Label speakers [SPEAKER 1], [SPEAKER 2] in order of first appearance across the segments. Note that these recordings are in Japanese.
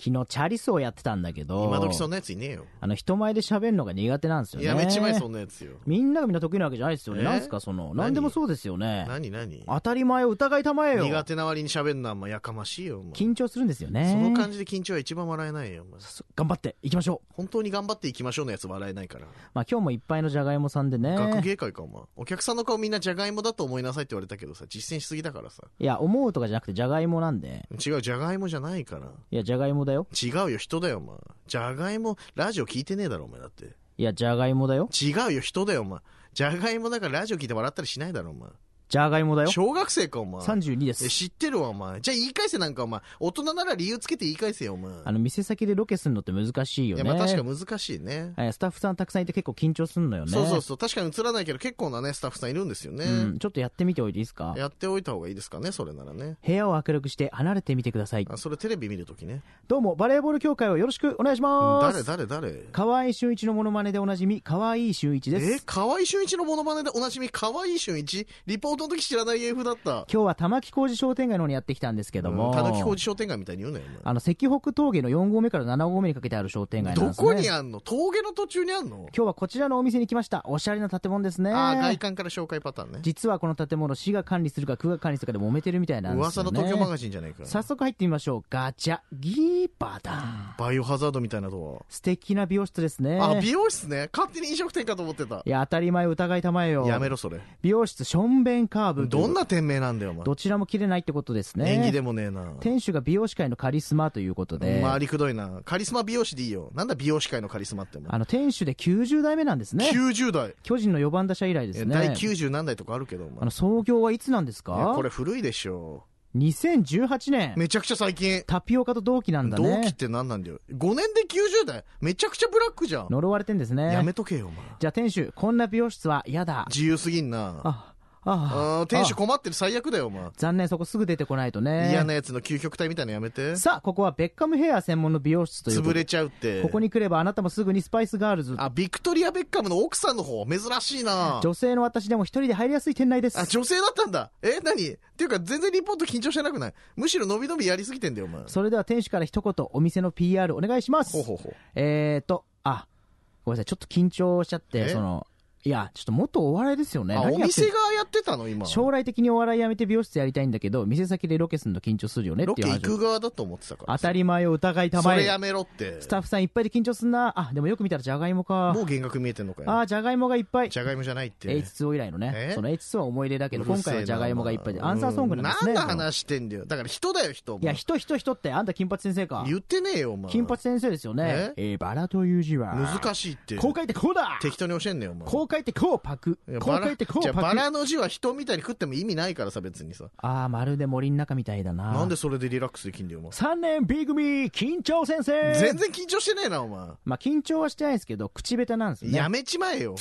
[SPEAKER 1] 昨日チャリスをやってたんだけど、
[SPEAKER 2] 今時そんなやついねえよ。
[SPEAKER 1] あの、人前で喋るのが苦手なんですよね。
[SPEAKER 2] やめちまえ、そんなやつよ。
[SPEAKER 1] みんながみんな得意なわけじゃないですよね。
[SPEAKER 2] え
[SPEAKER 1] なんすか、その、なんでもそうですよね。
[SPEAKER 2] 何何
[SPEAKER 1] 当たり前を疑いたまえよ。
[SPEAKER 2] 苦手な割に喋んのはまあやかましいよ、お前
[SPEAKER 1] 緊張するんですよね。
[SPEAKER 2] その感じで緊張は一番笑えないよ、お前
[SPEAKER 1] そ頑張って、行きましょう。
[SPEAKER 2] 本当に頑張っていきましょうのやつ笑えないから。
[SPEAKER 1] まあ今日もいっぱいのじゃがいもさんでね。
[SPEAKER 2] 学芸会か、お前。お客さんの顔みんなジャガイモだと思いなさいって言われたけどさ、実践しすぎだからさ。
[SPEAKER 1] いや、思うとかじゃなくてじゃがいもなんで。
[SPEAKER 2] 違う、ジャガイモじゃないから。
[SPEAKER 1] いや、じゃがいもだよ。
[SPEAKER 2] 違うよ、人だよ、お前。ジャガイモ、ラジオ聞いてねえだろ、お前だって。
[SPEAKER 1] いや、じゃがいもだよ。
[SPEAKER 2] 違うよ、人だよ、お前。ジャガイモだからラジオ聞いて笑ったりしないだろ、お前。
[SPEAKER 1] じゃがいもだよ。
[SPEAKER 2] 小学生か、お前。
[SPEAKER 1] 32で
[SPEAKER 2] え
[SPEAKER 1] す。
[SPEAKER 2] 知ってるわ、お前。じゃあ言い返せなんか、お前。大人なら理由つけて言い返せよ、お前。
[SPEAKER 1] あの、店先でロケするのって難しいよ
[SPEAKER 2] い
[SPEAKER 1] ね。
[SPEAKER 2] や、まあ確か難しいね。
[SPEAKER 1] えースタッフさんたくさんいて結構緊張するのよね。
[SPEAKER 2] そうそうそう。確かに映らないけど、結構なね、スタッフさんいるんですよね。
[SPEAKER 1] うん、ちょっとやってみておいていいですか
[SPEAKER 2] やっておいた方がいいですかね、それならね。
[SPEAKER 1] 部屋を明るくして離れてみてください。
[SPEAKER 2] あ、それテレビ見るときね。
[SPEAKER 1] どうも、バレーボール協会をよろしくお願いしま
[SPEAKER 2] 誰
[SPEAKER 1] す。
[SPEAKER 2] 誰誰
[SPEAKER 1] 河合俊一のモノマネでおなじみ、河合俊一で
[SPEAKER 2] え
[SPEAKER 1] す。
[SPEAKER 2] 河合俊一のモノマネでおなじみ、河合俊一リポートの時知らない芸風だった。
[SPEAKER 1] 今日は玉木工事商店街の方にやってきたんですけども、
[SPEAKER 2] たぬき工事商店街みたいに言うなよ、
[SPEAKER 1] あの、石北峠の4合目から7合目にかけてある商店
[SPEAKER 2] お前。
[SPEAKER 1] 街なん
[SPEAKER 2] ど
[SPEAKER 1] ですね。
[SPEAKER 2] こにあんの峠の途中にあんの
[SPEAKER 1] 今日はこちらのお店に来ました。おしゃれな建物ですね。
[SPEAKER 2] ああ、外観から紹介パターンね。
[SPEAKER 1] 実はこの建物、市が管理するか区が管理するかで揉めてるみたいなんです
[SPEAKER 2] 噂
[SPEAKER 1] よね。
[SPEAKER 2] の東京マガジンじゃないか。
[SPEAKER 1] 早速入ってみましょう。ガチャ、ギーバダン。
[SPEAKER 2] バイオハザードみたいなと
[SPEAKER 1] 素敵な美容室ですね。
[SPEAKER 2] こ。あ、美容室ね。勝手に飲食店かと思ってた
[SPEAKER 1] い。や、当たり前疑いたまえよ。
[SPEAKER 2] やめろ、それ。
[SPEAKER 1] 美容室、ションベンカーブ。
[SPEAKER 2] どんな店名なんだよ、お前。
[SPEAKER 1] どちらも切れないってことですね。
[SPEAKER 2] 演技でもねえな。
[SPEAKER 1] 店主が美容師界のカリスマということで、
[SPEAKER 2] まあ、ありくどいな。カリスマ美容師でいいよ。なんだ美容師界のカリスマってお前。
[SPEAKER 1] あの、店主で90代目なんですね。
[SPEAKER 2] 90代。
[SPEAKER 1] 巨人の4番打者以来で
[SPEAKER 2] え
[SPEAKER 1] すね。
[SPEAKER 2] 第90何代とかあるけど、お
[SPEAKER 1] あ
[SPEAKER 2] 前
[SPEAKER 1] の、。創業はいつなんです
[SPEAKER 2] いや
[SPEAKER 1] か
[SPEAKER 2] これ古いでしょ。
[SPEAKER 1] 2018年。
[SPEAKER 2] めちゃくちゃ最近。
[SPEAKER 1] タピオカと同期なんだ
[SPEAKER 2] 同期っ
[SPEAKER 1] ね。
[SPEAKER 2] て何なんだよ。5年で90代めちゃくちゃブラックじゃん。
[SPEAKER 1] 呪われてんですね。
[SPEAKER 2] やめとけよ、お前。
[SPEAKER 1] じゃあ店主、こんな美容室は嫌だ。
[SPEAKER 2] 自由すぎんな。
[SPEAKER 1] あ、あ
[SPEAKER 2] あー、店主困ってる最悪だよ、お前。
[SPEAKER 1] 残念、そこすぐ出てこないとね。
[SPEAKER 2] 嫌なやつの究極体みたいなのやめて。
[SPEAKER 1] さあ、ここはベッカムヘア専門の美容室というこ
[SPEAKER 2] 潰
[SPEAKER 1] とで。
[SPEAKER 2] れちゃうって。
[SPEAKER 1] ここに来ればあなたもすぐにスパイスガールズ。
[SPEAKER 2] あ、ビクトリア・ベッカムの奥さんの方、珍しいな。
[SPEAKER 1] 女性の私でも一人で入りやすい店内です
[SPEAKER 2] あ、。女性だったんだ。え、何っていうか、全然リポート緊張してなくないむしろ伸び伸びやりすぎてんだよ、お前。
[SPEAKER 1] それでは店主から一言、お店の PR お願いします。
[SPEAKER 2] ほうほうほう。
[SPEAKER 1] えーと、あ、ごめんなさい、ちょっと緊張しちゃって、
[SPEAKER 2] え
[SPEAKER 1] その、いや、ちょっと元お笑いですよね。
[SPEAKER 2] あ、
[SPEAKER 1] 何
[SPEAKER 2] お
[SPEAKER 1] やって
[SPEAKER 2] 店
[SPEAKER 1] る
[SPEAKER 2] がやってたの、今。
[SPEAKER 1] 将来的にお笑いやめて美容室やりたいんだけど、店先でロケするの緊張するよねっ
[SPEAKER 2] ロ
[SPEAKER 1] て
[SPEAKER 2] ケ
[SPEAKER 1] いう
[SPEAKER 2] 行
[SPEAKER 1] 話を。
[SPEAKER 2] く側だと思ってたから。
[SPEAKER 1] 当たり前を疑いた
[SPEAKER 2] そ
[SPEAKER 1] ま
[SPEAKER 2] れ
[SPEAKER 1] え
[SPEAKER 2] や。めろって
[SPEAKER 1] ス。タッフさんいっぱいで緊張すんな。あ、でもよく見たらじゃがいもか
[SPEAKER 2] も。う幻覚見えてんのか
[SPEAKER 1] あ
[SPEAKER 2] よ。
[SPEAKER 1] ー、じゃがいもがいっぱい。
[SPEAKER 2] じゃがいもじゃないって。
[SPEAKER 1] H2O 以来のね。
[SPEAKER 2] え
[SPEAKER 1] その H2O は思い出だけど、今回はじゃがいもがいっぱいで。
[SPEAKER 2] うるせえな
[SPEAKER 1] アンサーソングなんですね。
[SPEAKER 2] 何の話してんだよ。だから人だよ、人。
[SPEAKER 1] いや、人人人って、あんた金髪先生か。
[SPEAKER 2] 言ってねえよ、お前。
[SPEAKER 1] 金髪先生ですよね。えー、バラという字は。
[SPEAKER 2] 難しいって。
[SPEAKER 1] こう書いてこうだ
[SPEAKER 2] 適当に教えんねよ、お前。
[SPEAKER 1] こう書いてこうパク。
[SPEAKER 2] いや
[SPEAKER 1] こ
[SPEAKER 2] バ
[SPEAKER 1] う書
[SPEAKER 2] ラ
[SPEAKER 1] いてこ
[SPEAKER 2] じゃ
[SPEAKER 1] う
[SPEAKER 2] あバ
[SPEAKER 1] パク。
[SPEAKER 2] ラの字は人みたいに食っても意味ないからさ、別にさ。
[SPEAKER 1] あー、まるで森の中みたいだな。
[SPEAKER 2] なんでそれでリラックスできんだよ、お前。
[SPEAKER 1] ?3 年 B 組、緊張先生
[SPEAKER 2] 全然緊張してねえな、お前。
[SPEAKER 1] まあ、緊張はしてないですけど、口下手なんですよね
[SPEAKER 2] や。めちまえよ。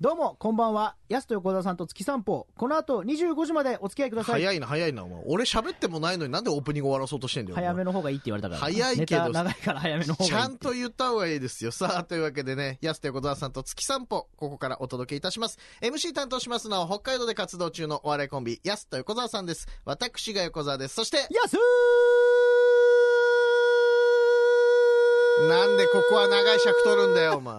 [SPEAKER 1] どうも、こんばんは。やすと横澤さんと月散歩。この後25時までお付き合いください。
[SPEAKER 2] 早いな、早いな、お前。俺喋ってもないのになんでオープニング終わらそうとしてんだよ。お前
[SPEAKER 1] 早めの方がいいって言われたから。
[SPEAKER 2] 早いけど
[SPEAKER 1] ネタ長いから早めの方がいい。
[SPEAKER 2] ちゃんと言った方がいいですよ。さあ、というわけでね、安手小沢さんと月散歩、ここからお届けいたします。MC 担当しますのは、北海道で活動中のお笑いコンビ、安と横沢さんです。私が横沢です。そして、
[SPEAKER 1] やすー
[SPEAKER 2] なんでここは長い尺取るんだよ、お前。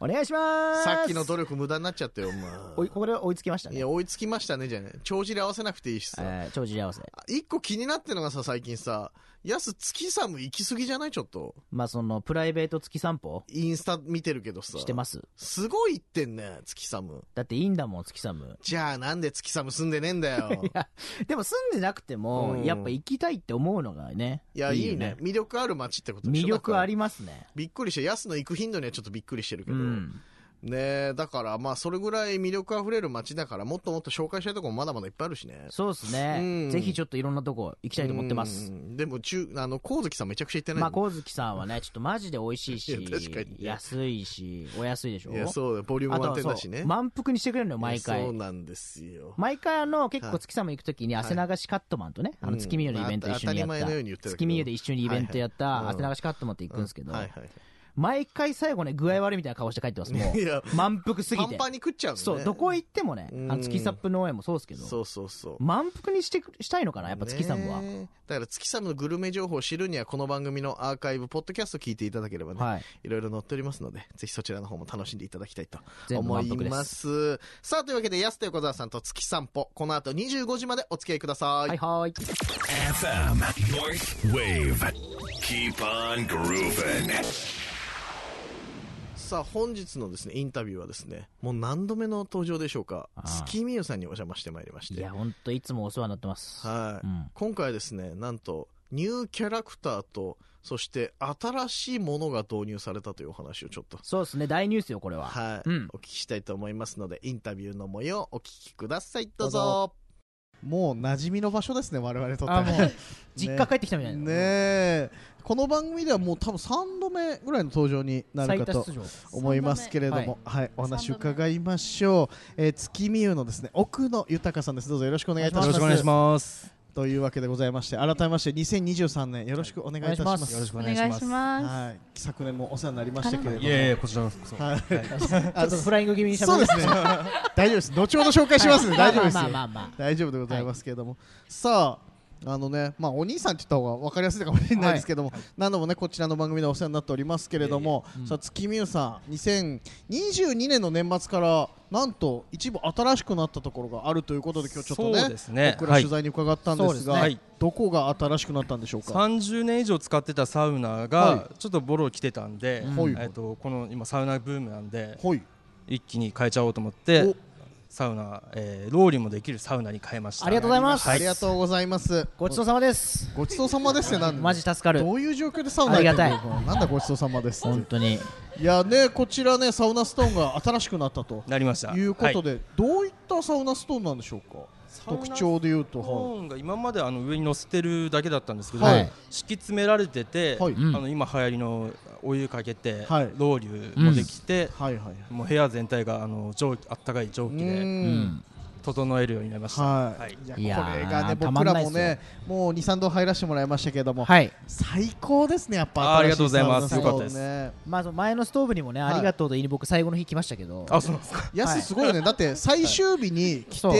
[SPEAKER 1] お願いします
[SPEAKER 2] さっきの努力無駄になっちゃったよ、お
[SPEAKER 1] おい
[SPEAKER 2] 前。
[SPEAKER 1] これ追いつきました
[SPEAKER 2] い
[SPEAKER 1] ね。
[SPEAKER 2] や、追いつきましたね、じゃね。帳尻合わせなくていいしさ。
[SPEAKER 1] えー、長寿合わせ。
[SPEAKER 2] 一個気になってるのがさ、最近さ、安月さんも行き過ぎじゃないちょっと。
[SPEAKER 1] まあ、その、プライベート月散歩
[SPEAKER 2] インスタ見てるけどさ。
[SPEAKER 1] してます。
[SPEAKER 2] すごい行ってんね、月サム。
[SPEAKER 1] だっていいんだもん、月寒。
[SPEAKER 2] じゃあなんで月サム住んでねえんだよ。
[SPEAKER 1] でも住んでなくても
[SPEAKER 2] う、ん
[SPEAKER 1] やっぱ行きたいって思うのがね。
[SPEAKER 2] いや、いい
[SPEAKER 1] よ
[SPEAKER 2] ね。。魅力ある街ってことでしょ
[SPEAKER 1] 魅力あ。
[SPEAKER 2] だから
[SPEAKER 1] りますね。
[SPEAKER 2] びっくりして、安の行く頻度にはちょっとびっくりしてるけ
[SPEAKER 1] う
[SPEAKER 2] ど。
[SPEAKER 1] ん。
[SPEAKER 2] ねえ、だからまあ、それぐらい魅力あふれる街だから、もっともっと紹介したいとこもまだまだいっぱいあるしね。
[SPEAKER 1] そうです
[SPEAKER 2] う
[SPEAKER 1] ね。
[SPEAKER 2] ん
[SPEAKER 1] ぜひちょっといろんなとこ行きたいと思ってま
[SPEAKER 2] う
[SPEAKER 1] す。
[SPEAKER 2] ん。でも、中、あの、光月さんめちゃくちゃ行ってない
[SPEAKER 1] まあ、小月さんはね、ちょっとマジで美味しい
[SPEAKER 2] いや確か
[SPEAKER 1] し、
[SPEAKER 2] に
[SPEAKER 1] 安いし、お安いでしょ
[SPEAKER 2] いや、そうだよボリュー
[SPEAKER 1] あ
[SPEAKER 2] ム
[SPEAKER 1] と
[SPEAKER 2] 満
[SPEAKER 1] は
[SPEAKER 2] 点
[SPEAKER 1] そ
[SPEAKER 2] だしね。
[SPEAKER 1] う、満腹にしてくれるのよ、毎
[SPEAKER 2] いや
[SPEAKER 1] 回
[SPEAKER 2] そう。なんですよ。
[SPEAKER 1] 毎回あの、結構月様行くときに、汗流しカットマンとね、あ
[SPEAKER 2] う
[SPEAKER 1] の
[SPEAKER 2] ん
[SPEAKER 1] 月見湯のイベント一緒にやっ
[SPEAKER 2] まあ当たり前のように言って
[SPEAKER 1] た。
[SPEAKER 2] たけど
[SPEAKER 1] 月見湯で一緒にイベントやっ
[SPEAKER 2] はい
[SPEAKER 1] た、
[SPEAKER 2] はいうん
[SPEAKER 1] 汗流しカットマンって行くんですけど
[SPEAKER 2] は、いはい。
[SPEAKER 1] 毎回最後ね、具合悪いみたいな顔して帰ってます、も
[SPEAKER 2] いや、
[SPEAKER 1] う。満腹すぎ
[SPEAKER 2] パン
[SPEAKER 1] て。
[SPEAKER 2] パンに食っちゃうのね。
[SPEAKER 1] そう、どこへ行ってもね、
[SPEAKER 2] うん
[SPEAKER 1] あの月サップ農園もそうですけど、
[SPEAKER 2] そうそうそう。
[SPEAKER 1] 満腹にしてくしたいのかな、やっぱ月サムは。
[SPEAKER 2] ねえだから月サムのグルメ情報を知るには、この番組のアーカイブ、ポッドキャスト聞いていただければね、
[SPEAKER 1] はい。
[SPEAKER 2] いろいろ載っておりますので、ぜひそちらの方も楽しんでいただきたいと
[SPEAKER 1] 全部
[SPEAKER 2] 思
[SPEAKER 1] 満
[SPEAKER 2] い
[SPEAKER 1] 腹で。
[SPEAKER 2] ますす。さあ、というわけで、安田横澤さんと月散歩、この後25時までお付き合いください。
[SPEAKER 1] はいはーい。
[SPEAKER 3] FM North Wave. Keep on grooving.
[SPEAKER 2] さあ、本日のですね、インタビューはですね、もう何度目の登場でしょうか
[SPEAKER 1] あ、あ
[SPEAKER 2] 月見ゆさんにお邪魔してまいりまし
[SPEAKER 1] い
[SPEAKER 2] て、
[SPEAKER 1] や、
[SPEAKER 2] はい、
[SPEAKER 1] ほんといつもお世話になってます。うん。
[SPEAKER 2] 今回ですね、なんと、ニューキャラクターと、そして新しいものが導入されたというお話をちょっと
[SPEAKER 1] そうですね、大ニュースよ、これは。
[SPEAKER 2] はい、
[SPEAKER 1] うん
[SPEAKER 2] お聞きしたいと思いますので、インタビューの模様をお聞きください。どうぞ。
[SPEAKER 4] どうもう馴染みの場所ですね、我々にとって
[SPEAKER 1] あ、
[SPEAKER 4] は
[SPEAKER 1] もう、実家帰ってきたみたいな。
[SPEAKER 4] ねえ、この番組ではもう多分3度目ぐらいの登場にな
[SPEAKER 1] 最
[SPEAKER 4] るか
[SPEAKER 1] 多
[SPEAKER 4] と
[SPEAKER 1] 出場。
[SPEAKER 4] 思いますけれども、はい、お話伺いましょう。えー、月見湯のですね、奥野豊さんです。どうぞよろしくお願いいたします。
[SPEAKER 5] ます。
[SPEAKER 4] というわけでございまして、改めまして2023年よろしくお願いいたします。
[SPEAKER 5] よろしくお
[SPEAKER 6] お
[SPEAKER 5] 願い
[SPEAKER 6] 願い
[SPEAKER 5] し
[SPEAKER 6] し
[SPEAKER 5] ま
[SPEAKER 6] ま
[SPEAKER 4] はい、昨年もお世話になりましたけれども、
[SPEAKER 5] す。いやいや、こちらこそ。
[SPEAKER 4] はい
[SPEAKER 1] ちょっとフライング気味に喋
[SPEAKER 4] そうですね。大丈夫です。後ほど紹介しますね。大丈夫ですよ。
[SPEAKER 1] まあまあまあまあ。
[SPEAKER 4] 大丈夫でございますけれども、さああのねまあお兄さんって言った方が分かりやすいかもしれないですけども、何度もねこちらの番組でお世話になっておりますけれども、
[SPEAKER 1] えいえうん
[SPEAKER 4] さあ月見湯さん2022年の年末からなんと一部新しくなったところがあるということで今日ちょっと
[SPEAKER 5] そう
[SPEAKER 4] ね
[SPEAKER 5] ですね。
[SPEAKER 4] 僕ら
[SPEAKER 5] は
[SPEAKER 4] 取
[SPEAKER 5] い。
[SPEAKER 4] 材に伺ったんですが、
[SPEAKER 5] はいそうですね
[SPEAKER 4] どこが新しくなったんでしょうか、
[SPEAKER 5] 30年以上使ってたサウナ
[SPEAKER 4] は
[SPEAKER 5] がちょっとボロ来てたんで、
[SPEAKER 4] ほい
[SPEAKER 5] えっとこの今サウナブームなんで
[SPEAKER 4] ほい
[SPEAKER 5] 一気に変えちゃおうと思っ
[SPEAKER 4] お
[SPEAKER 5] てサウナ、えー、ローリュもできるサウナに変えました。
[SPEAKER 1] ありがとうございます
[SPEAKER 4] ありがとうございます
[SPEAKER 1] ごちそうさまです。
[SPEAKER 4] ごちそうさまですねなんで
[SPEAKER 1] マジ助かる。
[SPEAKER 4] どういう状況でサウナ行ってんの
[SPEAKER 1] ありがたい
[SPEAKER 4] このなんだごちそうさまですって
[SPEAKER 1] 本当に。
[SPEAKER 4] いやねこちらねサウナストーンが新しくなったと
[SPEAKER 5] なりました。
[SPEAKER 4] いうこと
[SPEAKER 5] はい
[SPEAKER 4] で、どういったサウナストーンなんでしょうか特徴で言うと、
[SPEAKER 5] サウナ
[SPEAKER 4] は
[SPEAKER 5] コーンが今まであの上に乗せてるだけだったんですけど、
[SPEAKER 4] はい
[SPEAKER 5] 敷き詰められてて、
[SPEAKER 4] はい
[SPEAKER 5] あの今流行りのお湯かけて、
[SPEAKER 4] はい
[SPEAKER 5] ロウリュもできて、
[SPEAKER 4] い、はいはいはい
[SPEAKER 5] もう部屋全体があの蒸気あったかい蒸
[SPEAKER 4] う
[SPEAKER 5] 気で
[SPEAKER 1] うんん。
[SPEAKER 5] 整えるようになりました。
[SPEAKER 4] はい、
[SPEAKER 5] はいい、
[SPEAKER 1] いや
[SPEAKER 4] や
[SPEAKER 1] ー
[SPEAKER 4] これがね
[SPEAKER 1] たま
[SPEAKER 4] 僕
[SPEAKER 1] ん
[SPEAKER 4] ら
[SPEAKER 1] ないっすよ
[SPEAKER 4] もねもう23度入らせてもらいましたけれども、
[SPEAKER 1] はい。
[SPEAKER 4] 最高ですねやっぱ
[SPEAKER 5] あーありがとうございます
[SPEAKER 4] 新しサウナストーンね
[SPEAKER 1] まあ、その前のストーブにもね、
[SPEAKER 4] はい
[SPEAKER 1] ありがとうと言いに僕最後の日来ましたけど。
[SPEAKER 5] あ、そうなんですか。
[SPEAKER 4] や
[SPEAKER 1] はい
[SPEAKER 4] すすごいよねだって最終日に来て、
[SPEAKER 1] そう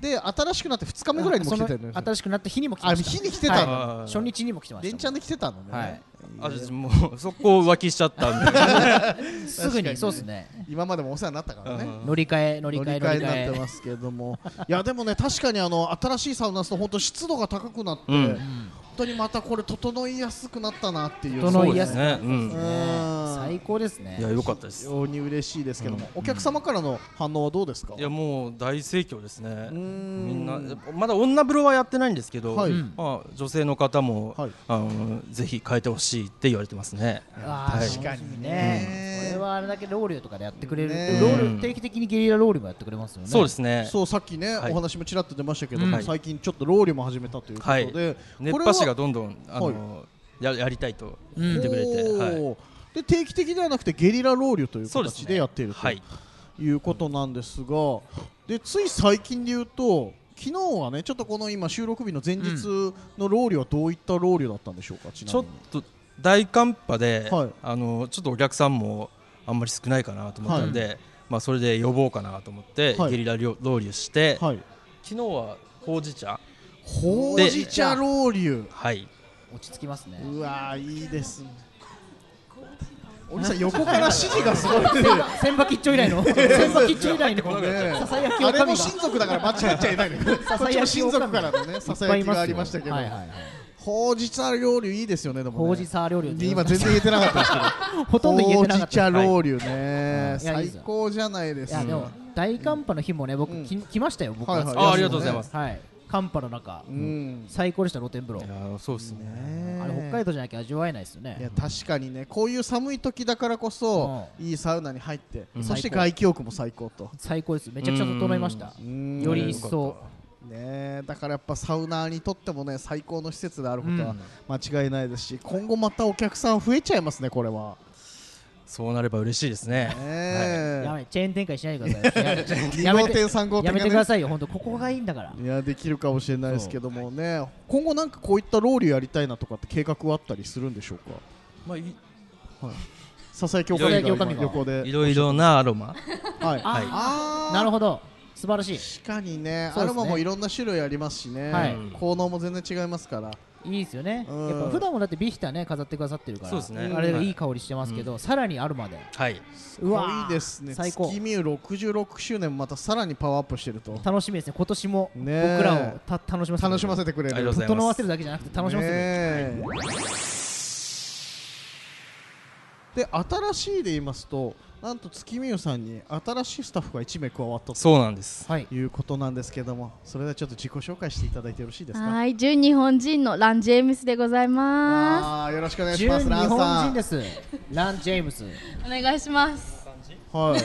[SPEAKER 4] で新しくなって2日目ぐらいにも来てたよね
[SPEAKER 1] その新しくなった日にも来て
[SPEAKER 4] あ
[SPEAKER 1] ました。
[SPEAKER 4] 日に来てたの、
[SPEAKER 5] はい
[SPEAKER 1] 初日にも来てま
[SPEAKER 4] 連
[SPEAKER 1] し
[SPEAKER 4] チャンで来てたのね、
[SPEAKER 1] はい
[SPEAKER 5] あ、じゃあもうそこ浮気しちゃっ たんで。
[SPEAKER 1] た。すぐに、そうですね。
[SPEAKER 4] 今までもお世話になったからね、
[SPEAKER 5] うん
[SPEAKER 1] 乗り換え、乗り
[SPEAKER 4] 乗り
[SPEAKER 1] 換え、乗
[SPEAKER 4] 換え
[SPEAKER 1] り
[SPEAKER 4] になって
[SPEAKER 1] 換え。
[SPEAKER 4] ますけどもいやでもね確かにあの新しいサウナスと本当湿度が高くなって、
[SPEAKER 5] うん
[SPEAKER 4] 本当にまたこれ整いやすくなったなっていう
[SPEAKER 1] 整いや
[SPEAKER 5] そ
[SPEAKER 1] すく
[SPEAKER 5] うですね。う。
[SPEAKER 4] うん
[SPEAKER 1] ね最高です
[SPEAKER 5] いや
[SPEAKER 1] ね。
[SPEAKER 5] 良かったです。
[SPEAKER 4] 非
[SPEAKER 5] い
[SPEAKER 4] 常に嬉しいですけども、お客様からの反応はどうですか
[SPEAKER 5] やもう大盛況ですね。
[SPEAKER 4] うーん
[SPEAKER 5] みんなまだ女風呂はやってないんですけど、
[SPEAKER 4] はい
[SPEAKER 5] まあ女性の方も、
[SPEAKER 4] はい
[SPEAKER 5] あのぜひ変えてほしいって言われてますね。
[SPEAKER 1] あー
[SPEAKER 4] 確かにね
[SPEAKER 1] ねこれはあれだけロウリュとかでやってくれる。ロ
[SPEAKER 4] ね
[SPEAKER 1] ール定期的にゲリラロウリュもやってくれますよね。
[SPEAKER 5] そうですね。
[SPEAKER 4] そうさっきね、
[SPEAKER 5] はい
[SPEAKER 4] お話もちらっと出ましたけども、
[SPEAKER 5] はい
[SPEAKER 4] 最近ちょっとロウリュも始めたということ
[SPEAKER 5] は
[SPEAKER 4] で、
[SPEAKER 5] い
[SPEAKER 4] これ
[SPEAKER 5] 熱波師が
[SPEAKER 4] は
[SPEAKER 5] どんどんあの、ややりたいと言ってくれて、
[SPEAKER 4] お
[SPEAKER 5] はい。
[SPEAKER 4] ーで定期的ではなくてゲリラロウリュという
[SPEAKER 5] そうです
[SPEAKER 4] 形
[SPEAKER 5] ね
[SPEAKER 4] でやっていると
[SPEAKER 5] はい。
[SPEAKER 4] いうことなんですが、でつい最近で言うと昨日はねちょっとこの今収録日の前日のロウリュはどういったロウリュだったんでしょうかちな
[SPEAKER 5] ち
[SPEAKER 4] み
[SPEAKER 5] ょっ
[SPEAKER 4] に
[SPEAKER 5] と大寒波で、
[SPEAKER 4] はい
[SPEAKER 5] あのちょっとお客さんもあんまり少ないかなと思ったんで、まあ、それで呼ぼうかなと思って、
[SPEAKER 4] はい
[SPEAKER 5] ゲリラロロウリュして、
[SPEAKER 4] はい
[SPEAKER 5] 昨日はほうじ茶
[SPEAKER 4] ほうじ茶ロウリュ
[SPEAKER 5] はい
[SPEAKER 1] 落ち着きますね。
[SPEAKER 4] うわーいいですねお兄さん横から指示がすごいね
[SPEAKER 1] 千葉吉兆以来の千葉吉兆以来のささやき
[SPEAKER 4] あ
[SPEAKER 1] お
[SPEAKER 4] れ
[SPEAKER 1] か
[SPEAKER 4] も
[SPEAKER 1] みが
[SPEAKER 4] 親族だから間違っちゃいないの よこ
[SPEAKER 1] ささ
[SPEAKER 4] っち
[SPEAKER 1] や
[SPEAKER 4] も
[SPEAKER 1] き
[SPEAKER 4] 親
[SPEAKER 1] おか
[SPEAKER 4] 族
[SPEAKER 1] み
[SPEAKER 4] からのねささ
[SPEAKER 1] いっぱい
[SPEAKER 4] や
[SPEAKER 1] いますよ
[SPEAKER 4] きがありましたけど、
[SPEAKER 1] はいはいはい
[SPEAKER 4] ほうじ茶ロウリュいいですよねでもね
[SPEAKER 1] ほうじさ料理をね
[SPEAKER 4] 今全然言えてなかったですけど
[SPEAKER 1] ほとんど言えてなか
[SPEAKER 4] ほ
[SPEAKER 1] っ
[SPEAKER 4] うじ茶
[SPEAKER 1] た
[SPEAKER 4] ロウリュね、
[SPEAKER 1] いやいい
[SPEAKER 4] 最
[SPEAKER 1] ですよ
[SPEAKER 4] 高じゃないで
[SPEAKER 1] い
[SPEAKER 4] す
[SPEAKER 1] やでも大寒波の日もね僕
[SPEAKER 4] うん
[SPEAKER 1] き来ましたよ僕
[SPEAKER 4] はいはい
[SPEAKER 5] あありがとうございます
[SPEAKER 1] はい寒波の中
[SPEAKER 4] うん、
[SPEAKER 1] 最高でした露天風呂
[SPEAKER 5] いやーそうですね
[SPEAKER 1] あれ北海道じゃなきゃ味わえないですよ
[SPEAKER 4] いや
[SPEAKER 1] ね
[SPEAKER 4] 確かにねこういう寒い時だからこそ、いいサウナに入って、
[SPEAKER 5] うん
[SPEAKER 4] そして
[SPEAKER 1] 最高
[SPEAKER 4] 外気浴も最高と
[SPEAKER 1] 最高ですめちゃくちゃ整いました
[SPEAKER 4] うん
[SPEAKER 1] より一層
[SPEAKER 4] ねだからやっぱサウナーにとってもね最高の施設であるこ
[SPEAKER 1] うん
[SPEAKER 4] とは間違いないですし、今後またお客さん増えちゃいますねこれは
[SPEAKER 5] そうなれば嬉しいですね
[SPEAKER 4] ねえ、
[SPEAKER 1] やばいチェーン展開しないでくださいやめて やめ
[SPEAKER 4] 2号
[SPEAKER 1] て
[SPEAKER 4] 店3号
[SPEAKER 1] や
[SPEAKER 4] 店
[SPEAKER 1] め
[SPEAKER 4] が
[SPEAKER 1] てくだ
[SPEAKER 4] ね
[SPEAKER 1] さいよ本当ここがいいんだから
[SPEAKER 4] いやできるかもしれないですけどもね、今後なんかこういったロウリュやりたいなとかって計画はあったりするんでしょうか
[SPEAKER 5] まあい
[SPEAKER 4] はいささやきおか
[SPEAKER 5] いろ
[SPEAKER 4] み
[SPEAKER 5] いろ
[SPEAKER 4] が今横
[SPEAKER 5] い
[SPEAKER 4] で、
[SPEAKER 5] ろいろなアロマ
[SPEAKER 4] はい、
[SPEAKER 1] あ
[SPEAKER 4] あ
[SPEAKER 1] なる
[SPEAKER 4] ほ
[SPEAKER 1] ほど素晴らしい
[SPEAKER 4] 確かにね
[SPEAKER 1] そう
[SPEAKER 4] ア
[SPEAKER 1] ですね
[SPEAKER 4] ロマもいろんな種類ありますしね、
[SPEAKER 1] はい
[SPEAKER 4] 効能も全然違いますから
[SPEAKER 1] いいですよね
[SPEAKER 4] うん
[SPEAKER 1] やっぱ普段もだってビヒタね飾ってくださってるから
[SPEAKER 5] そうですね
[SPEAKER 1] あれがいい
[SPEAKER 5] は
[SPEAKER 1] 香りしてますけどさらにアロマで
[SPEAKER 5] はい、
[SPEAKER 1] うわー
[SPEAKER 4] いいですね
[SPEAKER 1] 最高
[SPEAKER 4] 月見湯66周年またさらにパワーアップしてると
[SPEAKER 1] 楽しみですね今年も僕
[SPEAKER 4] ねえ
[SPEAKER 1] らをた楽しませて
[SPEAKER 4] 楽しませてくれる
[SPEAKER 5] ありがとうございます
[SPEAKER 1] 整わせるだけじゃなくて楽しませてくれる
[SPEAKER 4] ねえで新しいで言いますとなんと月見湯さんに新しいスタッフが1名加わったと
[SPEAKER 5] そうなんです
[SPEAKER 1] はい
[SPEAKER 4] いうことなんですけどもそれではちょっと自己紹介していただいてよろしいですか
[SPEAKER 6] はい、純日本人のラン・ジェームスでございま
[SPEAKER 4] あーよろしくお願いし
[SPEAKER 1] 純
[SPEAKER 4] ま
[SPEAKER 1] 日
[SPEAKER 4] すラン
[SPEAKER 1] 本
[SPEAKER 4] さ
[SPEAKER 1] 人
[SPEAKER 4] ん
[SPEAKER 1] ですラン・ジェームス
[SPEAKER 6] す。お願いします。
[SPEAKER 4] はい おおじ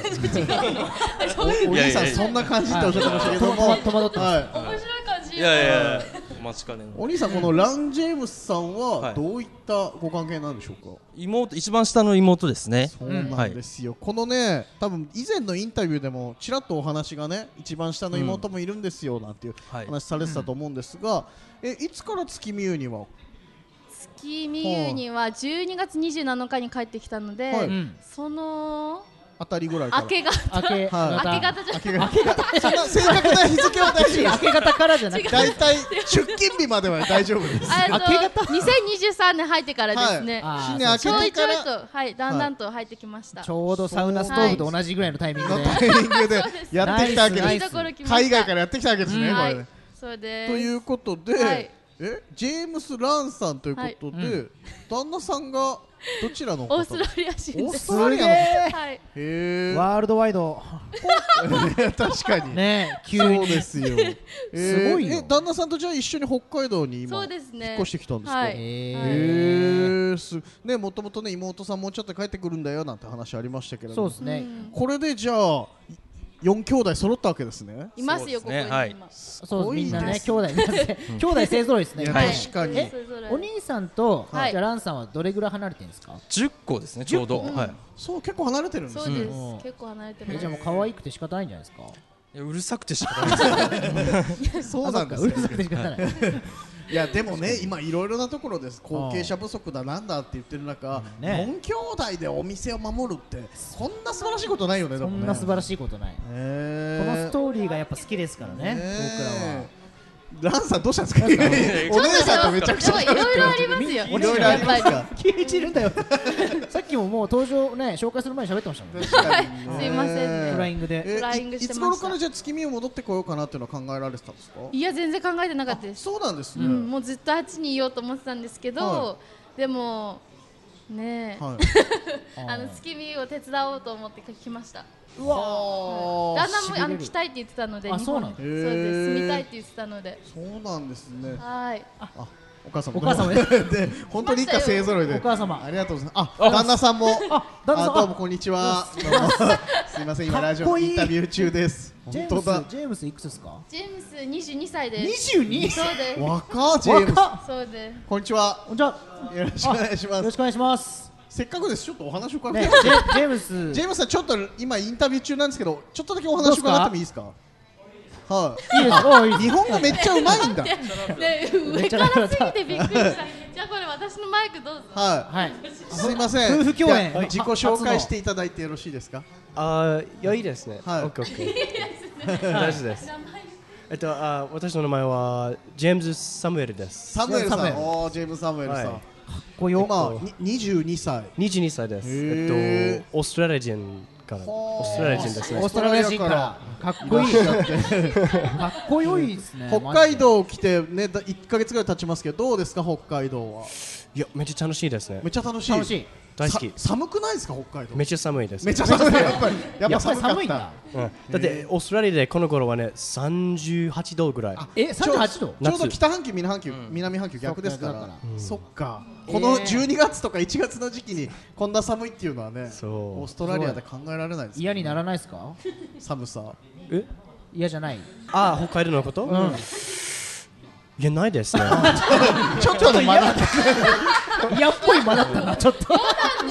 [SPEAKER 4] さんそんな感じっておっしゃってましたけども
[SPEAKER 1] はい戸惑ってま
[SPEAKER 4] はい
[SPEAKER 6] 面白い感じ
[SPEAKER 5] いやいやいやお待ちかねの
[SPEAKER 4] お兄さんこのラン・ジェームスさん
[SPEAKER 5] は
[SPEAKER 4] はいどういったご関係なんでしょうか、
[SPEAKER 5] 妹一番下の妹ですね
[SPEAKER 4] そうなんですよ、このね、多分以前のインタビューでもちらっとお話がね、一番下の妹もいるんですよなんていう
[SPEAKER 5] はい
[SPEAKER 4] 話されてたと思うんですが、えいつから月見湯には、
[SPEAKER 6] 月見湯には12月27日に帰ってきたので、
[SPEAKER 4] はい
[SPEAKER 1] うん
[SPEAKER 6] その
[SPEAKER 4] 当たりぐらいから
[SPEAKER 6] 明け方、
[SPEAKER 1] 明け
[SPEAKER 4] は
[SPEAKER 6] 明
[SPEAKER 4] い
[SPEAKER 6] け
[SPEAKER 1] 方
[SPEAKER 6] 方じゃなくて
[SPEAKER 4] 明け方そんな 正確な日付は大事で
[SPEAKER 1] 明
[SPEAKER 4] す
[SPEAKER 1] け方からじゃなくて
[SPEAKER 4] 大体出勤日までは大丈夫です
[SPEAKER 6] あえっと
[SPEAKER 1] 明け方
[SPEAKER 6] 2023年入ってからですね、
[SPEAKER 1] はい
[SPEAKER 4] 新年明
[SPEAKER 6] ちょ
[SPEAKER 4] けて
[SPEAKER 6] いちょ
[SPEAKER 4] か
[SPEAKER 6] い
[SPEAKER 4] ら
[SPEAKER 6] と、はい、だんだんと入ってきました。
[SPEAKER 1] ちょうどサウナストーブと同じぐらいのタイミング
[SPEAKER 4] の
[SPEAKER 1] で
[SPEAKER 4] タイミングでやってきたわけ
[SPEAKER 1] ナ
[SPEAKER 4] で
[SPEAKER 1] イ
[SPEAKER 4] す
[SPEAKER 1] ス
[SPEAKER 6] ところ来ました
[SPEAKER 4] 海外からやってきたわけですね、こ
[SPEAKER 6] は
[SPEAKER 4] れ
[SPEAKER 6] い
[SPEAKER 4] ね。、
[SPEAKER 6] それで
[SPEAKER 4] ということで、
[SPEAKER 6] はい
[SPEAKER 4] えジェームス・ランさんということで、
[SPEAKER 1] はいうん
[SPEAKER 4] 旦那さんがどちらの方
[SPEAKER 6] オーストラリア人
[SPEAKER 4] オー
[SPEAKER 6] で
[SPEAKER 4] ス
[SPEAKER 6] す。
[SPEAKER 4] トラリアの方
[SPEAKER 1] え
[SPEAKER 6] はい、
[SPEAKER 4] へえ
[SPEAKER 1] ワールドワイド
[SPEAKER 4] 確 かに、
[SPEAKER 1] ね急
[SPEAKER 4] そう
[SPEAKER 1] に
[SPEAKER 4] ですよ、えー
[SPEAKER 1] すごいよ
[SPEAKER 4] え旦那さんとじゃあ一緒に北海道に今
[SPEAKER 6] そうですね
[SPEAKER 4] 引っ越してきたんですか、
[SPEAKER 6] はい
[SPEAKER 1] え
[SPEAKER 4] へえすねもともとね妹さんもうちょっと帰ってくるんだよなんて話ありましたけれど
[SPEAKER 1] そう
[SPEAKER 4] も
[SPEAKER 1] ですね
[SPEAKER 6] うん
[SPEAKER 4] これでじゃあ4兄弟揃ったわけですね
[SPEAKER 6] いますよ、
[SPEAKER 5] そ
[SPEAKER 6] ここ
[SPEAKER 5] うですね
[SPEAKER 6] に
[SPEAKER 5] はい
[SPEAKER 6] 今。
[SPEAKER 1] そうみんなね
[SPEAKER 4] す
[SPEAKER 1] 兄弟みんなね兄弟勢ぞろいですね
[SPEAKER 4] いや
[SPEAKER 1] 今
[SPEAKER 6] はい
[SPEAKER 4] 確かに
[SPEAKER 6] えそれぞれ
[SPEAKER 1] お兄さんとじ
[SPEAKER 6] はい
[SPEAKER 1] ゃあランさんはどれぐらい離れてるんですか
[SPEAKER 5] 10個ですねちょうど、はい
[SPEAKER 4] そう結構離れてるんです
[SPEAKER 6] そう
[SPEAKER 4] ね
[SPEAKER 6] です、
[SPEAKER 1] うん
[SPEAKER 6] 結構離れてま
[SPEAKER 1] え
[SPEAKER 6] す
[SPEAKER 1] じゃあもう可愛くて仕方ないんじゃないですか
[SPEAKER 5] いやうるさくてしかないです
[SPEAKER 4] そうなんです
[SPEAKER 1] あ
[SPEAKER 4] よ
[SPEAKER 1] っかうるさくて仕方 ない
[SPEAKER 4] いやでもね今いろいろなところです後継者不足だなんだって言ってる中、
[SPEAKER 1] うんね
[SPEAKER 4] 4兄弟でお店を守るってそんな素晴らしいことないよねで
[SPEAKER 1] そ
[SPEAKER 4] もね
[SPEAKER 1] んな素晴らしいことないこの
[SPEAKER 4] へ
[SPEAKER 1] ストーリーがやっぱ好きですからね
[SPEAKER 4] 僕らはランさんどうしたんですかお姉さんとめちゃくちゃ
[SPEAKER 6] いろいろありますよ。
[SPEAKER 4] いろいろありま
[SPEAKER 6] や
[SPEAKER 4] す
[SPEAKER 6] っ
[SPEAKER 4] か
[SPEAKER 1] 僕らは聞いてるんだよ さっきももう登場ね紹介する前に喋ってましたもんね
[SPEAKER 6] ぱりはい、すいません
[SPEAKER 1] フ
[SPEAKER 6] ね。
[SPEAKER 1] ライングで
[SPEAKER 4] え
[SPEAKER 6] フライング
[SPEAKER 4] い
[SPEAKER 6] して
[SPEAKER 4] い
[SPEAKER 6] ま
[SPEAKER 4] つ
[SPEAKER 6] した
[SPEAKER 4] 頃からじゃあ月見を戻ってこようかなっていうのは考えられてたんですか
[SPEAKER 6] いや、全然考えてなかったです。
[SPEAKER 4] そうなんです
[SPEAKER 6] う
[SPEAKER 4] ね、
[SPEAKER 6] ん、もうずっとあっちにいようと思ってたんですけど、
[SPEAKER 4] は
[SPEAKER 6] でもねえ、
[SPEAKER 4] はい
[SPEAKER 6] あの月見を手伝おうと思って来ました
[SPEAKER 1] うわ
[SPEAKER 6] 旦那も
[SPEAKER 1] しびれる
[SPEAKER 6] あの来たいって言ってたので
[SPEAKER 1] あ
[SPEAKER 6] 日本
[SPEAKER 1] そうな
[SPEAKER 6] に
[SPEAKER 1] んだ
[SPEAKER 6] そう
[SPEAKER 4] へえ
[SPEAKER 6] です住みたいって言ってたので
[SPEAKER 4] そうなんですね
[SPEAKER 6] はい
[SPEAKER 4] あお母様
[SPEAKER 1] お母様
[SPEAKER 4] でで本当に一家勢ぞろいで
[SPEAKER 1] お母様
[SPEAKER 4] ありがとうございますあ旦那さんも
[SPEAKER 1] あ旦那さん
[SPEAKER 4] あどうもこんにちはどうもすいません今ラジ
[SPEAKER 1] かっ
[SPEAKER 4] オ
[SPEAKER 1] こいい
[SPEAKER 4] インタビュー中です
[SPEAKER 1] ジェ
[SPEAKER 4] 本
[SPEAKER 1] ーム
[SPEAKER 4] 当
[SPEAKER 1] ス
[SPEAKER 4] だ
[SPEAKER 1] ジェームスいくつですか
[SPEAKER 6] ジェームス22歳です
[SPEAKER 1] 22
[SPEAKER 6] そうです
[SPEAKER 4] 若っジェームス
[SPEAKER 1] 若っ
[SPEAKER 6] そうです
[SPEAKER 4] こんにちは
[SPEAKER 1] じゃあ
[SPEAKER 4] よろしくお願いしま
[SPEAKER 1] よろ
[SPEAKER 4] す
[SPEAKER 1] しくお願いします
[SPEAKER 4] せっかくですちょっとお話伺って
[SPEAKER 1] ね
[SPEAKER 4] も
[SPEAKER 1] ジェジェームス
[SPEAKER 4] ジェームスさんちょっと今インタビュー中なんですけどちょっとだけお話伺ってもいいですかはい
[SPEAKER 1] いですおういい
[SPEAKER 4] い日本語めっちゃうまいんだ
[SPEAKER 6] で上からすぎてびっくりしたじゃあこれ私のマイクどうぞ
[SPEAKER 4] は
[SPEAKER 1] はい
[SPEAKER 4] いすいません
[SPEAKER 1] 夫婦共演
[SPEAKER 4] いや自己紹介していただいてよろしいですか
[SPEAKER 7] あーいやいいですね。
[SPEAKER 4] はい
[SPEAKER 7] オッケーオッ ケー。大丈夫です。えっとあー私の名前はジェームズサムエルです。
[SPEAKER 4] サムエルさ
[SPEAKER 1] サムエ
[SPEAKER 4] ん
[SPEAKER 1] ル
[SPEAKER 4] おージェームス・サムエルさん、
[SPEAKER 7] はい
[SPEAKER 1] こよ
[SPEAKER 4] 今に22歳
[SPEAKER 7] 22歳です。
[SPEAKER 4] へー
[SPEAKER 7] えっとオーストラリア人からオーストラリア人です
[SPEAKER 1] オー
[SPEAKER 7] ね
[SPEAKER 1] ス。トラリア人からかっこいいかっこよいですね
[SPEAKER 4] 北海道来てねだ1か月ぐらい経ちますけどどうですか北海道はい
[SPEAKER 7] やめっちゃ楽しいですね
[SPEAKER 4] めっ。ちゃ楽しい
[SPEAKER 1] 楽しい
[SPEAKER 7] 大好き
[SPEAKER 4] さ。寒くないですか北海道
[SPEAKER 7] めっちゃ寒いです。
[SPEAKER 4] めっちゃ寒いやっぱりやっ
[SPEAKER 1] やっ
[SPEAKER 4] ぱ
[SPEAKER 1] ぱり
[SPEAKER 4] 寒か
[SPEAKER 1] 寒
[SPEAKER 4] っ
[SPEAKER 1] いんだ
[SPEAKER 4] た
[SPEAKER 7] うんだってオーストラリアでこの頃はね38度ぐらい。
[SPEAKER 1] え38度
[SPEAKER 4] ちょうど北半球南半球、南半球逆ですから
[SPEAKER 1] そっか
[SPEAKER 4] そっか、この
[SPEAKER 1] えー
[SPEAKER 4] 12月とか1月の時期にこんな寒いっていうのはね
[SPEAKER 7] そう
[SPEAKER 4] オーストラリアで考えられないですよ
[SPEAKER 1] 嫌にならないですか
[SPEAKER 4] 寒さ
[SPEAKER 7] え
[SPEAKER 1] 嫌じゃない
[SPEAKER 7] あー北海道のこと？いやないですね。
[SPEAKER 4] ちょっとの間だった
[SPEAKER 1] 嫌っぽい間だったなちょっと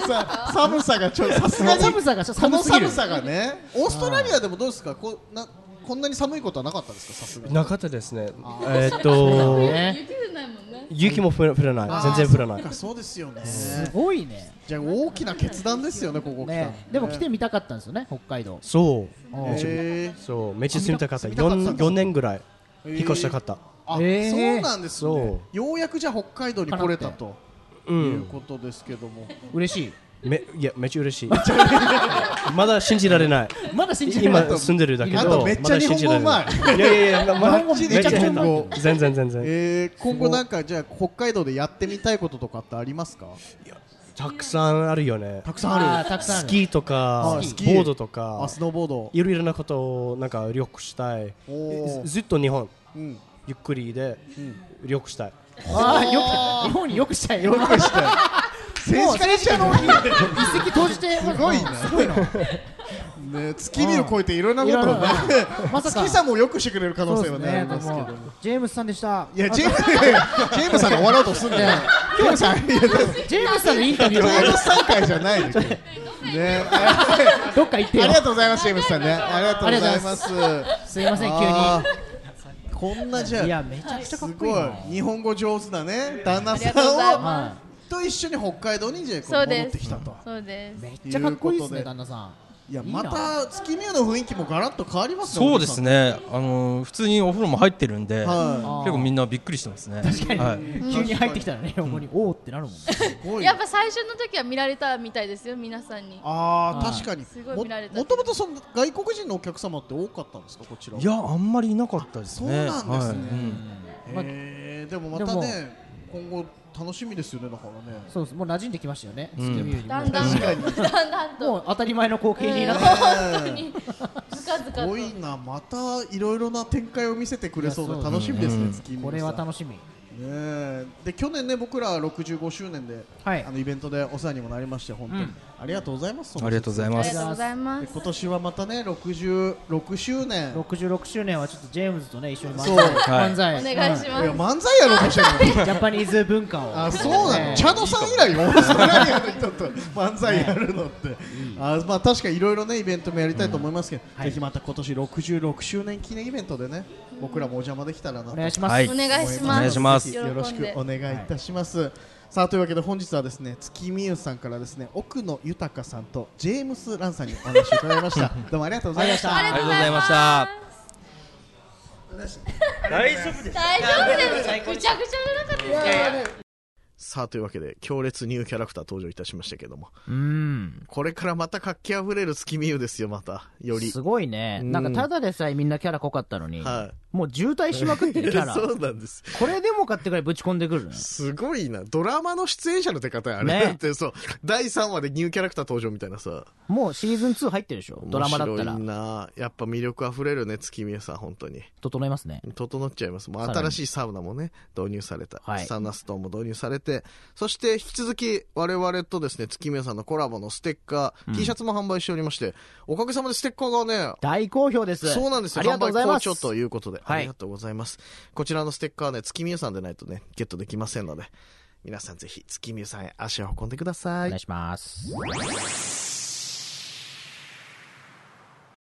[SPEAKER 4] さ 寒さがちょっとさすがに
[SPEAKER 1] 寒さがちょっと
[SPEAKER 4] こ
[SPEAKER 1] 寒
[SPEAKER 4] の
[SPEAKER 1] すぎ
[SPEAKER 4] 寒
[SPEAKER 1] る
[SPEAKER 4] さがねオーストラリアでもどうですかこうなこんなに寒いことはなかったですかさすがに
[SPEAKER 7] なかったですね。えっと。
[SPEAKER 1] ね
[SPEAKER 6] 雪じゃないもんね
[SPEAKER 7] 雪も降ら降らない。全然降らない
[SPEAKER 4] あ。そうですよね
[SPEAKER 1] すごいね
[SPEAKER 4] じゃあ大きな決断ですよねここ来たの
[SPEAKER 1] ねでも来てみたかったんですよね北海道
[SPEAKER 7] そ
[SPEAKER 1] あ
[SPEAKER 7] う。
[SPEAKER 4] へー
[SPEAKER 7] そう。めっちゃ住みたかった。
[SPEAKER 4] 住みたかったんだ
[SPEAKER 7] 四四年ぐらい引っ越したか
[SPEAKER 4] っ
[SPEAKER 7] った。
[SPEAKER 4] たあ
[SPEAKER 1] へー
[SPEAKER 4] そうなんですね
[SPEAKER 7] そ
[SPEAKER 4] ようやくじゃあ北海道に来れたと
[SPEAKER 7] う。
[SPEAKER 4] いうんことですけども
[SPEAKER 1] 嬉しい
[SPEAKER 7] めいやめっちゃ嬉しい。 まだ信じられない。
[SPEAKER 1] まだ信じられない
[SPEAKER 7] 今住んでるだけど。
[SPEAKER 4] あとめっちゃ日本語うまい
[SPEAKER 7] まだ信じられない。いやいやいや、ま
[SPEAKER 4] 日本語めちゃくちゃうまい
[SPEAKER 7] めっちゃ全然全然。
[SPEAKER 4] えー今後なんかじゃあ北海道でやってみたいこととかってありますか
[SPEAKER 7] たくさんあるよね。
[SPEAKER 4] たくさんあ
[SPEAKER 1] あー
[SPEAKER 4] る
[SPEAKER 1] たくさんあ
[SPEAKER 7] ス
[SPEAKER 1] る
[SPEAKER 7] キーとか
[SPEAKER 4] あ
[SPEAKER 7] ボ
[SPEAKER 4] スキー
[SPEAKER 7] ードと
[SPEAKER 4] あ
[SPEAKER 7] か
[SPEAKER 4] スノーボード
[SPEAKER 7] いろいろなことをなんか旅行したい。
[SPEAKER 4] おー
[SPEAKER 7] ずずっと日本
[SPEAKER 4] うん
[SPEAKER 7] ゆっくりで旅行したい。
[SPEAKER 1] ああよく日本によくしたいよ
[SPEAKER 4] よくしたよ政治家ちゃの
[SPEAKER 1] 一石投じてす
[SPEAKER 4] ごいね
[SPEAKER 1] すごいな
[SPEAKER 4] ね月見を超えていろんなことをね
[SPEAKER 1] いまさか
[SPEAKER 4] 月さんもよくしてくれる可能性はねあり
[SPEAKER 1] どう
[SPEAKER 4] ますけど
[SPEAKER 1] も
[SPEAKER 4] も
[SPEAKER 1] ジェームスさんでした
[SPEAKER 4] いやジェームジェームさんが終わろうとすんだよジェームさんいやジェ
[SPEAKER 1] ジェームスさんのインタビューは
[SPEAKER 4] ームさん会じゃないでしょねあ
[SPEAKER 1] どっか行ってよ
[SPEAKER 4] ありがとうございますジェームさんねありがとうございます
[SPEAKER 1] すいません急
[SPEAKER 4] あ
[SPEAKER 1] に
[SPEAKER 4] ーこんなじゃあ
[SPEAKER 1] いやめちゃくちゃかっ
[SPEAKER 4] す
[SPEAKER 1] こいい
[SPEAKER 4] ご
[SPEAKER 1] ない
[SPEAKER 4] 日本語上手だね旦那さ
[SPEAKER 6] ありがとうござい
[SPEAKER 4] んを
[SPEAKER 6] ま
[SPEAKER 1] は
[SPEAKER 4] と一緒に北海道にじゃあこう
[SPEAKER 6] そう
[SPEAKER 4] 戻
[SPEAKER 6] です
[SPEAKER 4] ってきたと
[SPEAKER 6] そうです
[SPEAKER 1] いめっちゃかっこいいですね
[SPEAKER 4] いうこと
[SPEAKER 1] 旦
[SPEAKER 4] で
[SPEAKER 1] 那さん
[SPEAKER 4] いや
[SPEAKER 1] いいな
[SPEAKER 4] また月見湯の雰囲気もガラッと変わりますね
[SPEAKER 5] そうですね。あのー普通にお風呂も入ってるんで、
[SPEAKER 4] は
[SPEAKER 5] 結構みんなびっくりしてますね。確かに。はい。
[SPEAKER 1] 急に入ってきたらね横におおってなるもんね
[SPEAKER 4] いすごい
[SPEAKER 6] やっぱ最初の時は見られたみたいですよ皆さんに
[SPEAKER 4] あ
[SPEAKER 1] は
[SPEAKER 4] ー
[SPEAKER 1] い
[SPEAKER 4] 確かに
[SPEAKER 6] すごい
[SPEAKER 4] も
[SPEAKER 6] 見られた
[SPEAKER 4] もともとその外国人のお客様って多かったんですかこちらはい
[SPEAKER 5] や、あんまりいなかったですね。
[SPEAKER 4] あそうなんですね
[SPEAKER 5] はいうん
[SPEAKER 1] まあ
[SPEAKER 4] へーでもまたね今後楽しみですよねだからね
[SPEAKER 1] そうですもう馴染んできましたよね月
[SPEAKER 5] ん
[SPEAKER 1] 見湯に
[SPEAKER 6] だ
[SPEAKER 1] も
[SPEAKER 6] んだんだんだん
[SPEAKER 1] も
[SPEAKER 6] と
[SPEAKER 1] う当たり前の光景になって
[SPEAKER 6] 本当にずかずか
[SPEAKER 4] す
[SPEAKER 6] と
[SPEAKER 4] ごいなまたいろいろな展開を見せてくれそう
[SPEAKER 1] い
[SPEAKER 4] で
[SPEAKER 1] やそう
[SPEAKER 4] 楽しみです
[SPEAKER 5] う
[SPEAKER 4] ね
[SPEAKER 5] ん
[SPEAKER 4] 月見湯さ
[SPEAKER 1] こ
[SPEAKER 4] ん
[SPEAKER 1] れは楽しみ
[SPEAKER 4] ねえで去年ね僕ら65周年で、
[SPEAKER 1] はい
[SPEAKER 4] あのイベントでお世話にもなりまして本当に、
[SPEAKER 1] うん
[SPEAKER 4] ありがとうございます
[SPEAKER 5] ありがとうござい
[SPEAKER 6] あ
[SPEAKER 5] ま
[SPEAKER 6] り
[SPEAKER 5] す。
[SPEAKER 6] がとうございま
[SPEAKER 4] です今年はまたね66周年
[SPEAKER 1] 66周年はちょっとジェームズとね一緒に漫
[SPEAKER 4] そう
[SPEAKER 1] 才
[SPEAKER 5] はい
[SPEAKER 1] 漫才
[SPEAKER 6] お願いし
[SPEAKER 1] うん
[SPEAKER 4] いや
[SPEAKER 6] ま
[SPEAKER 4] 漫才やろうとしてるの
[SPEAKER 1] ジャパニーズ文化を
[SPEAKER 4] あそうな
[SPEAKER 1] ね
[SPEAKER 4] の茶野さん以来よオーストラリアの人と漫才やるのって、あまあ確かにいろいろねイベントもやりたいと思いますけど、
[SPEAKER 1] はい
[SPEAKER 4] ぜひまた今年66周年記念イベントでね僕らもお邪魔できたらな
[SPEAKER 1] お
[SPEAKER 4] と
[SPEAKER 1] 願いします、
[SPEAKER 5] はい
[SPEAKER 6] すお願いします
[SPEAKER 5] お願いします
[SPEAKER 4] ぜひ
[SPEAKER 6] 喜んで
[SPEAKER 4] よろしくお願いいたします、さあというわけで本日はですね月見ゆさんからですね奥野豊さんとジェームス・ランさんにお話を伺いましたどうもありがとうございました
[SPEAKER 1] あり
[SPEAKER 5] ありがとうございました。
[SPEAKER 6] 大丈夫ですぐちゃぐちゃじゃなかったですか
[SPEAKER 2] さあ、というわけで、強烈ニューキャラクター登場いたしましたけども。
[SPEAKER 1] うん
[SPEAKER 2] これからまた活気あふれる月見湯ですよ、また。より。
[SPEAKER 1] すごいね、
[SPEAKER 2] うん
[SPEAKER 1] なんかただでさえみんなキャラ濃かったのに、
[SPEAKER 2] は
[SPEAKER 1] もう渋滞しまくって
[SPEAKER 2] い。
[SPEAKER 1] るキャラ
[SPEAKER 2] そうなんです。
[SPEAKER 1] これでもかってくらいぶち込んでくるね
[SPEAKER 2] すごいな。ドラマの出演者の出方やあれ、
[SPEAKER 1] ね
[SPEAKER 2] だってそう。第3話でニューキャラクター登場みたいなさ。
[SPEAKER 1] もうシーズン2入ってるでしょドラマだったら
[SPEAKER 2] 面白いな。やっぱ魅力あふれるね、月見湯さん、本当に。
[SPEAKER 1] 整いますね
[SPEAKER 2] 整っちゃいます。もう
[SPEAKER 1] さらに
[SPEAKER 2] 新しいサウナもね、導入された。
[SPEAKER 1] はい
[SPEAKER 2] サウナストーンも導入されて、そして引き続き我々とですね、月見屋さんのコラボのステッカー、T シャツも販売しておりまして、おかげさまでステッカーがね、
[SPEAKER 1] 大好評です
[SPEAKER 2] そうなんですよ。
[SPEAKER 1] ありが
[SPEAKER 2] 販
[SPEAKER 1] とうご
[SPEAKER 2] 売
[SPEAKER 1] ざいま
[SPEAKER 2] 好
[SPEAKER 1] す
[SPEAKER 2] 調ということで、
[SPEAKER 1] はい
[SPEAKER 2] ありがとうございます。こちらのステッカーはね、月見屋さんでないとね、ゲットできませんので、皆さんぜひ月見屋さんへ足を運んでくださ
[SPEAKER 1] お
[SPEAKER 2] い
[SPEAKER 1] 願い。します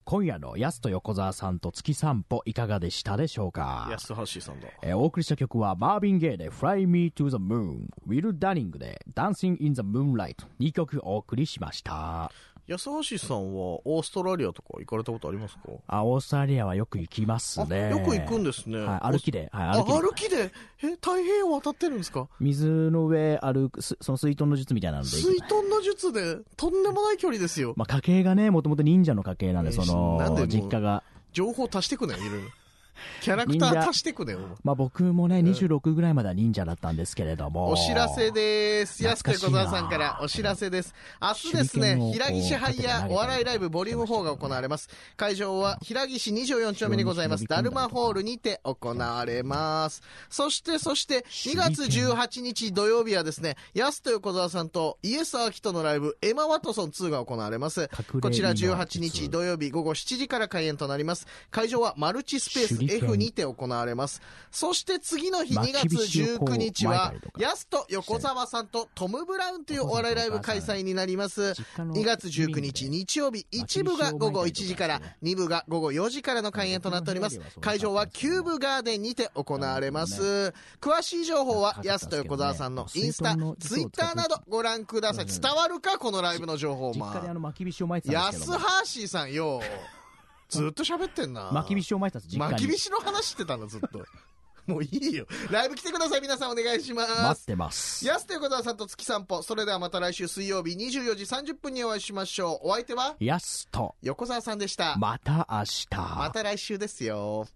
[SPEAKER 1] 今夜のやすと横澤さんと月散歩いかがでしたでしょうか
[SPEAKER 2] 安橋さんだ。
[SPEAKER 1] えーお送りした曲はマービン・ゲイで Fly Me to the Moon ウィル・ダニングで Dancing in the Moonlight 2曲お送りしました
[SPEAKER 2] 安橋さんはオーストラリアとか行かれたことありますか
[SPEAKER 1] あオーストラリアはよく行きます
[SPEAKER 2] あ
[SPEAKER 1] ね
[SPEAKER 2] よく行くんですね。
[SPEAKER 1] はい、歩きで、はい、
[SPEAKER 2] あ
[SPEAKER 1] 歩きで
[SPEAKER 2] 歩きで、え、太平洋渡ってるんですか
[SPEAKER 1] 水の上歩くすその水遁の術みたいなので行
[SPEAKER 2] 水
[SPEAKER 1] く
[SPEAKER 2] 遁の術で、とんでもない距離ですよ。
[SPEAKER 1] まあ家系がねもともと忍者の家系なんで
[SPEAKER 2] え
[SPEAKER 1] そ
[SPEAKER 2] なんでも
[SPEAKER 1] の
[SPEAKER 2] う
[SPEAKER 1] 実家が
[SPEAKER 2] 情報足してくね、いろいろ。キャラクター足してくね、
[SPEAKER 1] まあ僕もね26ぐらいまでは忍者だったんですけれども
[SPEAKER 2] お知らせです。安
[SPEAKER 1] 懐
[SPEAKER 2] 手
[SPEAKER 1] かしい
[SPEAKER 2] 小
[SPEAKER 1] な
[SPEAKER 2] 沢さんからお知らせです。明日です
[SPEAKER 1] 手裏
[SPEAKER 2] ね
[SPEAKER 1] 剣を、
[SPEAKER 2] 平岸杯
[SPEAKER 1] こう立てて投げた
[SPEAKER 2] や
[SPEAKER 1] り
[SPEAKER 2] お笑いライブボリューム4が行われます。会場は平岸24丁目にございます。
[SPEAKER 1] 後ろ
[SPEAKER 2] ダ
[SPEAKER 1] に忍び込んだり
[SPEAKER 2] ル
[SPEAKER 1] とか
[SPEAKER 2] マホールにて行われます。そして、そして、2月18日土曜日はですね、安手横沢さんとイエス・アキトのライブ、エマ・ワトソン2が行われます。
[SPEAKER 1] 隠れ
[SPEAKER 2] こちら18
[SPEAKER 1] イノワト
[SPEAKER 2] 日
[SPEAKER 1] ツ
[SPEAKER 2] 土曜日午後7時から開演となります。会場はマルチスペー
[SPEAKER 1] 手裏
[SPEAKER 2] ス F2 て行われます。そして次の日
[SPEAKER 1] まあ
[SPEAKER 2] 2月19日は
[SPEAKER 1] 厳しいこ、う
[SPEAKER 2] ヤスと横澤さんとトム・ブラウンというお笑いライブ開催になります。2月19日日曜日、1部が午後1時から、2部が午後4時からの開演となっております。会場はキューブガーデンにて行われます。詳しい情報は、ヤスと横澤さんのインスタ、ツイッターなどご覧ください。伝わるかこのライブの情報、
[SPEAKER 1] 実家であ
[SPEAKER 2] ま
[SPEAKER 1] の巻き菱を巻いて
[SPEAKER 2] あ。
[SPEAKER 1] たん
[SPEAKER 2] ヤ
[SPEAKER 1] です
[SPEAKER 2] ス
[SPEAKER 1] けども
[SPEAKER 2] ハーシーさ んよ。ずっと喋ってんな。
[SPEAKER 1] 巻き菱を巻いてたんです実
[SPEAKER 2] ま
[SPEAKER 1] 家
[SPEAKER 2] き
[SPEAKER 1] に
[SPEAKER 2] びしの話してたんだ、ずっと。 もういいよ。ライブ来てください、皆さんお願いしま
[SPEAKER 1] 待っ
[SPEAKER 2] す。
[SPEAKER 1] てます
[SPEAKER 2] やすと横澤さんと月散歩。それではまた来週水曜日24時30分にお会いしましょう。お相手は
[SPEAKER 1] やすと
[SPEAKER 2] 横澤さんでした。
[SPEAKER 1] また明日
[SPEAKER 2] また来週ですよ。